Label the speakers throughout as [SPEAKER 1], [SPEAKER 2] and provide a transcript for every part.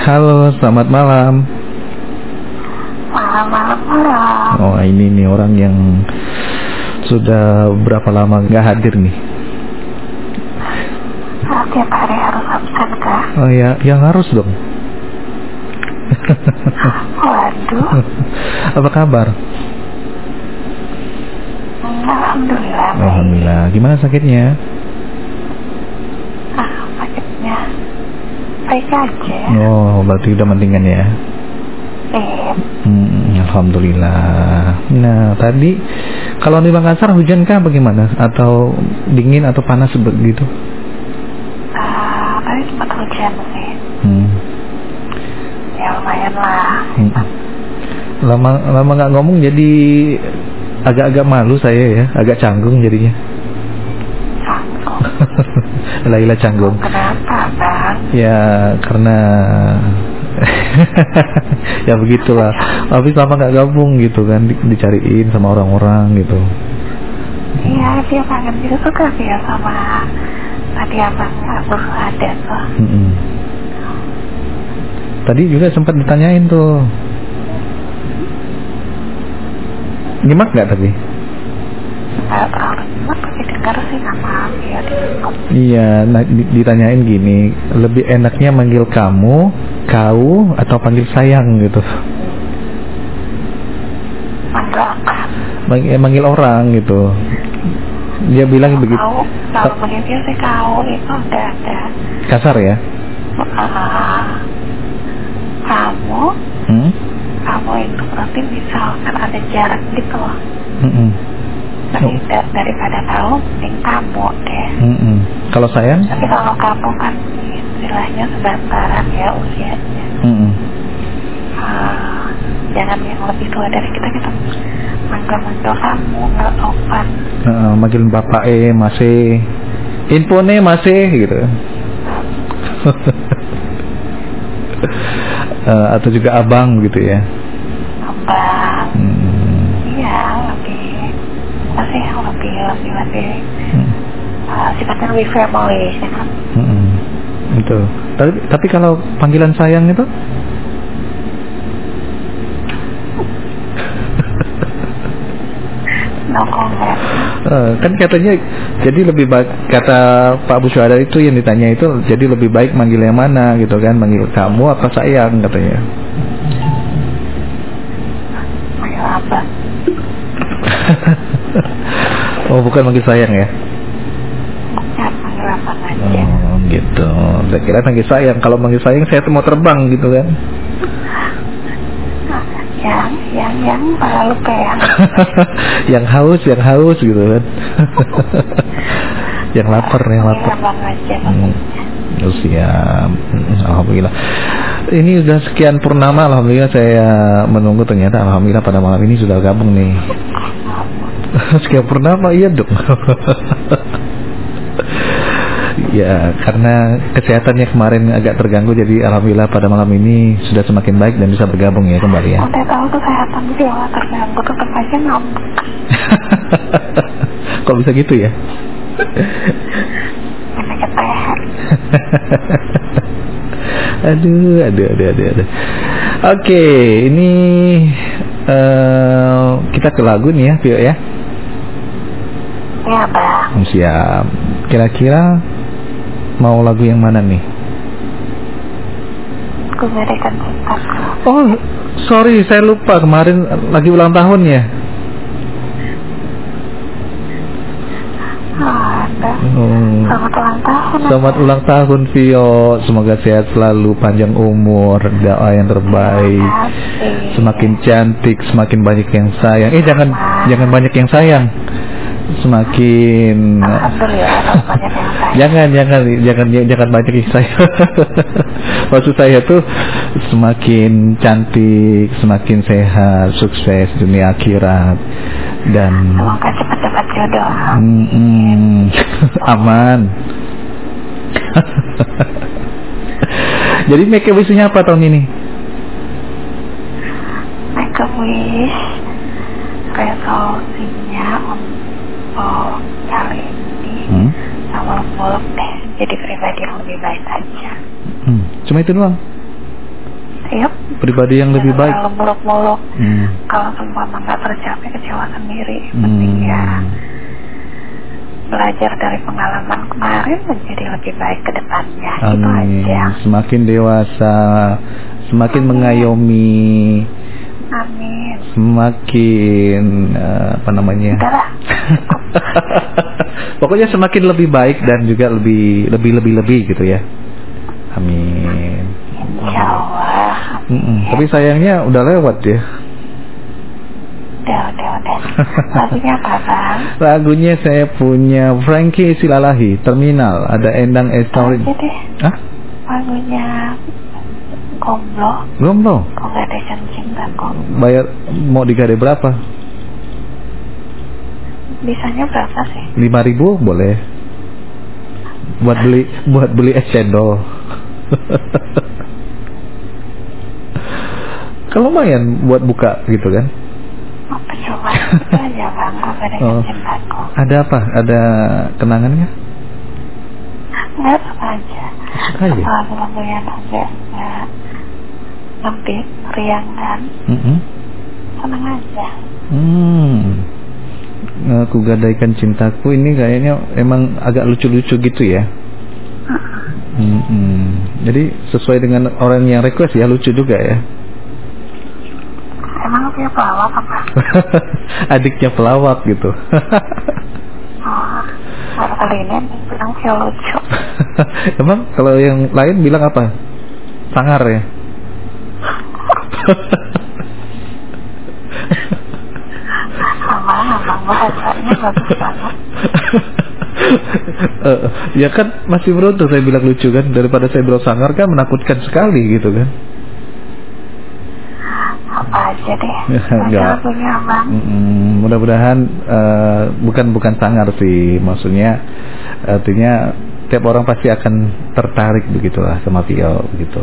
[SPEAKER 1] Halo, selamat malam.
[SPEAKER 2] Malam, malam, malam.
[SPEAKER 1] Oh, ini nih orang yang sudah berapa lama nggak hadir nih.
[SPEAKER 2] Kalau tiap hari harus absen, Kak.
[SPEAKER 1] Oh ya, yang harus dong.
[SPEAKER 2] Waduh,
[SPEAKER 1] Apa kabar?
[SPEAKER 2] alhamdulillah. baik.
[SPEAKER 1] Alhamdulillah. Gimana sakitnya?
[SPEAKER 2] Ah, sakitnya baik aja.
[SPEAKER 1] Oh, berarti udah mendingan ya.
[SPEAKER 2] Eh,
[SPEAKER 1] Hmm, Alhamdulillah. Nah, tadi kalau di Makassar hujan kah bagaimana? Atau dingin atau panas begitu?
[SPEAKER 2] ah, tadi sempat hujan sih.
[SPEAKER 1] Hmm.
[SPEAKER 2] Ya lumayan lah.
[SPEAKER 1] Hmm. Lama lama nggak ngomong jadi agak-agak malu saya ya, agak canggung jadinya.
[SPEAKER 2] Canggung.
[SPEAKER 1] Laila canggung.
[SPEAKER 2] Kenapa, Bang?
[SPEAKER 1] Ya karena ya begitulah. Tapi lama nggak gabung gitu kan, di- dicariin sama orang-orang gitu.
[SPEAKER 2] Iya, dia kangen gitu tuh Kak, ya sama tadi abang abang ada tuh.
[SPEAKER 1] Mm-mm. Tadi juga sempat ditanyain tuh. Nyimak nggak tadi?
[SPEAKER 2] Nggak terlalu cuma pakai denger sih sama dia di YouTube.
[SPEAKER 1] Iya, nah, di- ditanyain gini, lebih enaknya manggil kamu, kau, atau panggil sayang gitu,
[SPEAKER 2] Mendoakan.
[SPEAKER 1] Mang- eh, manggil orang gitu. Dia bilang Eh, begitu
[SPEAKER 2] Kau, kalau begitu sih kau itu nggak ada.
[SPEAKER 1] kasar ya.
[SPEAKER 2] Ah, kamu,
[SPEAKER 1] Hmm?
[SPEAKER 2] kamu itu berarti misalkan ada jarak gitu loh.
[SPEAKER 1] Mm-mm.
[SPEAKER 2] Dari,
[SPEAKER 1] Oh.
[SPEAKER 2] daripada kamu, mending kamu deh.
[SPEAKER 1] Mm-mm. Kalau sayang?
[SPEAKER 2] Tapi kalau kamu kan istilahnya sebantaran ya usianya.
[SPEAKER 1] Mm-mm.
[SPEAKER 2] Ah, jangan yang lebih tua dari kita kita manggil-manggil kamu nggak sopan
[SPEAKER 1] Heeh, manggil bapak eh masih, infone masih gitu. Eh, atau juga abang gitu ya.
[SPEAKER 2] abang
[SPEAKER 1] Hmm.
[SPEAKER 2] iya lebih apa sih yang lebih lebih lebih
[SPEAKER 1] Hmm.
[SPEAKER 2] ah, sifatnya lebih family ya kan
[SPEAKER 1] Mm-mm. Itu. Tapi, tapi kalau panggilan sayang itu?
[SPEAKER 2] no comment
[SPEAKER 1] Eh, kan katanya jadi lebih baik kata Pak Bu Syuhada itu yang ditanya itu jadi lebih baik manggil yang mana gitu kan manggil kamu apa sayang katanya
[SPEAKER 2] manggil abang
[SPEAKER 1] oh bukan manggil sayang ya
[SPEAKER 2] ya manggil abang aja
[SPEAKER 1] oh gitu saya kira manggil sayang kalau manggil sayang saya tuh mau terbang gitu kan
[SPEAKER 2] Ah, yang yang yang ya. terlalu peyang
[SPEAKER 1] yang haus yang haus gitu kan yang lapar yang
[SPEAKER 2] Manggil
[SPEAKER 1] lapar
[SPEAKER 2] abang aja
[SPEAKER 1] Hmm. Oh, siap. Hmm, Alhamdulillah. Ini sudah sekian purnama alhamdulillah saya menunggu ternyata alhamdulillah pada malam ini sudah gabung nih. sekian purnama iya dong. ya, karena kesehatannya kemarin agak terganggu jadi alhamdulillah pada malam ini sudah semakin baik dan bisa bergabung ya kembali ya.
[SPEAKER 2] udah tahu kesehatan jiwa terganggu tetap aja ngambek
[SPEAKER 1] Kok bisa gitu ya?
[SPEAKER 2] Anaknya PR
[SPEAKER 1] aduh, aduh, aduh, aduh, aduh. Oke, ini eh kita ke lagu nih ya, Pio ya.
[SPEAKER 2] ya bang
[SPEAKER 1] Hmm, Siap. Kira-kira mau lagu yang mana nih?
[SPEAKER 2] gue berikan cintaku
[SPEAKER 1] Oh, sorry, saya lupa kemarin lagi ulang tahun ya.
[SPEAKER 2] Ah, ada.
[SPEAKER 1] Hmm.
[SPEAKER 2] Selamat ulang tahun.
[SPEAKER 1] Selamat ulang tahun Vio, semoga sehat selalu, panjang umur, doa yang terbaik, semakin cantik, semakin banyak yang sayang. Eh jangan jangan banyak yang sayang, semakin
[SPEAKER 2] Alhamdulillah, kalau banyak yang sayang.
[SPEAKER 1] jangan jangan jangan jangan banyak yang sayang. Maksud saya tuh semakin cantik, semakin sehat, sukses dunia akhirat dan
[SPEAKER 2] Semoga cepat dapat jodoh.
[SPEAKER 1] Mm, mm, aman. Jadi make a wish-nya apa tahun ini?
[SPEAKER 2] Make a wish. Resolusinya untuk kali ini
[SPEAKER 1] Hmm?
[SPEAKER 2] sama muluk deh. Jadi pribadi yang lebih baik aja. Gitu,
[SPEAKER 1] Cuma itu Hmm, doang.
[SPEAKER 2] Yep.
[SPEAKER 1] pribadi yang lebih baik
[SPEAKER 2] Kalau muluk-muluk,
[SPEAKER 1] Hmm.
[SPEAKER 2] kalau seumpama nggak tercapai kecewa sendiri.
[SPEAKER 1] Hmm.
[SPEAKER 2] Penting ya belajar dari pengalaman kemarin menjadi lebih baik ke depannya. Itu
[SPEAKER 1] Amin.
[SPEAKER 2] aja.
[SPEAKER 1] Semakin dewasa, semakin mengayomi,
[SPEAKER 2] Amin.
[SPEAKER 1] semakin eh, apa namanya?
[SPEAKER 2] Udah lah.
[SPEAKER 1] Pokoknya semakin lebih baik dan juga lebih lebih lebih lebih gitu ya. Amin.
[SPEAKER 2] Insya Allah.
[SPEAKER 1] Mm-mm. Tapi sayangnya udah lewat ya.
[SPEAKER 2] Udah, udah, udah. Lagunya apa, Bang?
[SPEAKER 1] Lagunya saya punya Frankie Silalahi, Terminal, ada Endang Estorin.
[SPEAKER 2] Aja deh.
[SPEAKER 1] Hah?
[SPEAKER 2] Lagunya Gomblo.
[SPEAKER 1] Belum belum.
[SPEAKER 2] Kok nggak ada cinta kok.
[SPEAKER 1] Bayar mau digade berapa?
[SPEAKER 2] Bisanya berapa sih?
[SPEAKER 1] 5000 boleh. Buat beli buat beli es cendol. Kalau lumayan buat buka gitu kan.
[SPEAKER 2] Apa coba? Itu aja bang, kok gak ada
[SPEAKER 1] Oh.
[SPEAKER 2] cinta kok.
[SPEAKER 1] Ada apa? Ada kenangannya?
[SPEAKER 2] Nggak apa aja.
[SPEAKER 1] Suka aja.
[SPEAKER 2] Kalau lagu yang agak nggak lebih riang dan
[SPEAKER 1] Mm-mm.
[SPEAKER 2] senang aja.
[SPEAKER 1] Hmm. Aku gadaikan cintaku ini kayaknya emang agak lucu-lucu gitu ya. Mm-mm. Jadi sesuai dengan orang yang request ya lucu juga ya.
[SPEAKER 2] Emang dia pelawak apa?
[SPEAKER 1] Adiknya pelawak gitu.
[SPEAKER 2] Oh, baru kali ini nih, bilang dia lucu.
[SPEAKER 1] Emang kalau yang lain bilang apa? Sangar ya.
[SPEAKER 2] Sama abang bahasanya bagus banget.
[SPEAKER 1] Eh, ya kan masih beruntung saya bilang lucu kan daripada saya bilang sangar kan menakutkan sekali gitu kan.
[SPEAKER 2] Apa aja deh.
[SPEAKER 1] Nggak.
[SPEAKER 2] Baca lagunya abang.
[SPEAKER 1] Mm, mudah-mudahan eh, bukan bukan sangar sih maksudnya artinya tiap orang pasti akan tertarik begitulah sama gitu. Vio begitu.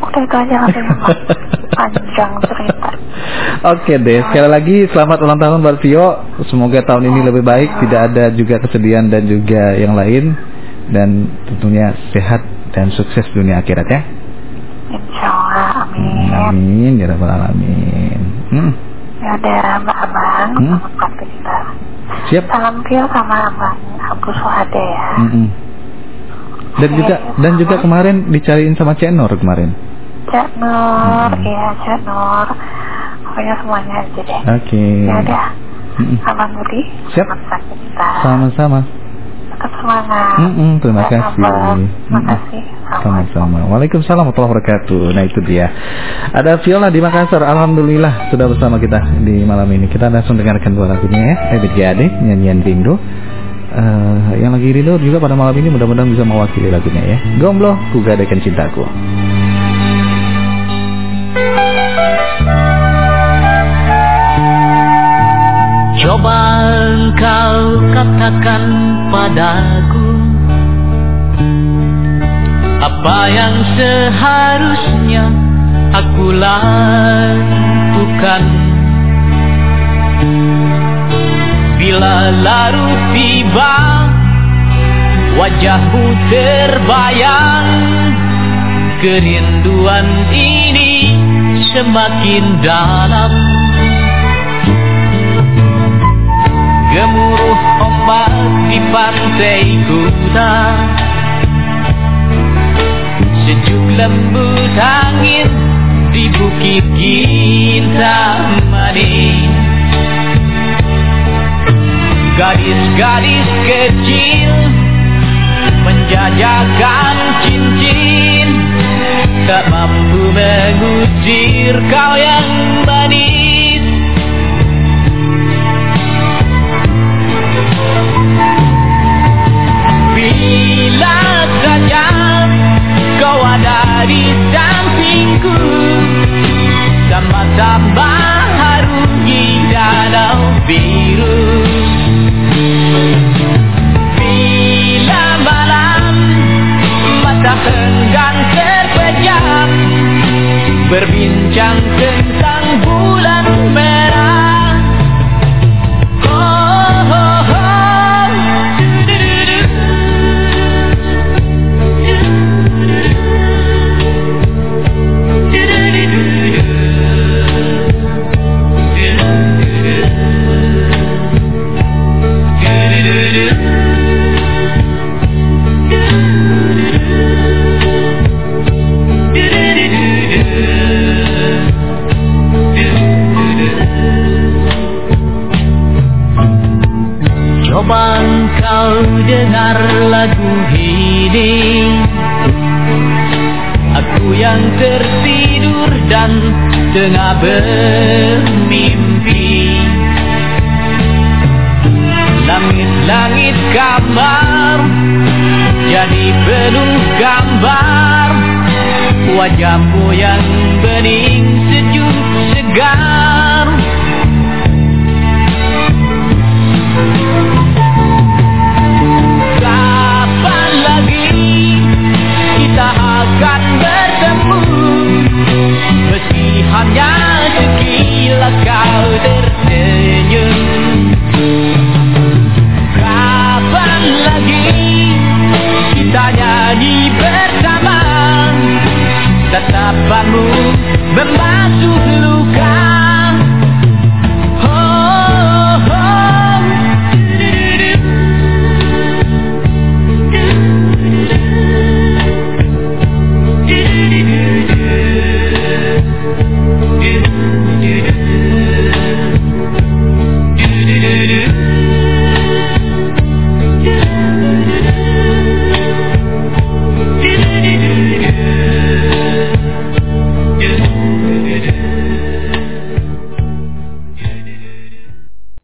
[SPEAKER 2] Udah itu aja lagunya bang. Panjang cerita.
[SPEAKER 1] Oke deh, sekali lagi selamat ulang tahun buat Vio. Semoga tahun ini lebih baik, tidak ada juga kesedihan dan juga yang lain dan tentunya sehat dan sukses dunia akhirat ya.
[SPEAKER 2] Insya Allah, amin.
[SPEAKER 1] Amin ya rabbal alamin. Hmm,
[SPEAKER 2] Ya udah, Mbak Abang,
[SPEAKER 1] Hmm.
[SPEAKER 2] sama Pak Pista.
[SPEAKER 1] Siap.
[SPEAKER 2] Salam Pio sama Abang Abu Suhade ya.
[SPEAKER 1] Mm-mm. hmm. Dan juga dan juga kemarin dicariin sama Cenor kemarin.
[SPEAKER 2] Cak Nur,
[SPEAKER 1] Hmm.
[SPEAKER 2] iya Cak Nur. Pokoknya semuanya aja deh.
[SPEAKER 1] Oke.
[SPEAKER 2] Ya udah,
[SPEAKER 1] Mm-mm.
[SPEAKER 2] Abang Budi,
[SPEAKER 1] Hmm. Siap.
[SPEAKER 2] sama Pak Pista.
[SPEAKER 1] Sama-sama.
[SPEAKER 2] Tetap semangat.
[SPEAKER 1] Mm-mm, Hmm, terima
[SPEAKER 2] Sama-sama.
[SPEAKER 1] kasih. Hmm.
[SPEAKER 2] Terima
[SPEAKER 1] Mm-mm.
[SPEAKER 2] kasih. Sama.
[SPEAKER 1] Sama-sama. Waalaikumsalam warahmatullahi wabarakatuh. Nah itu dia. Ada Viola di Makassar. Alhamdulillah sudah bersama kita di malam ini. Kita langsung dengarkan dua lagunya ya. Ebit Gade, nyanyian Rindu. Eh, yang lagi rindu juga pada malam ini mudah-mudahan bisa mewakili lagunya ya. Gomblo, ku gadaikan cintaku.
[SPEAKER 3] Coba engkau katakan padaku Apa yang seharusnya aku lakukan Bila larut tiba Wajahmu terbayang Kerinduan ini semakin dalam Gemuruh ombak di pantai kuta Sejuk lembut angin di bukit Kintamani Gadis-gadis kecil menjajakan cincin Tak mampu mengusir kau yang manis Bila saja kau ada di sampingku Sama-sama harungi danau biru Bila malam mata henggang terpejam Berbincang tentang bulan merah Oh, oh, oh. Du-du-du. Du-du-du. yang tertidur dan tengah bermimpi Langit-langit kamar jadi penuh gambar Wajahmu yang bening sejuk segar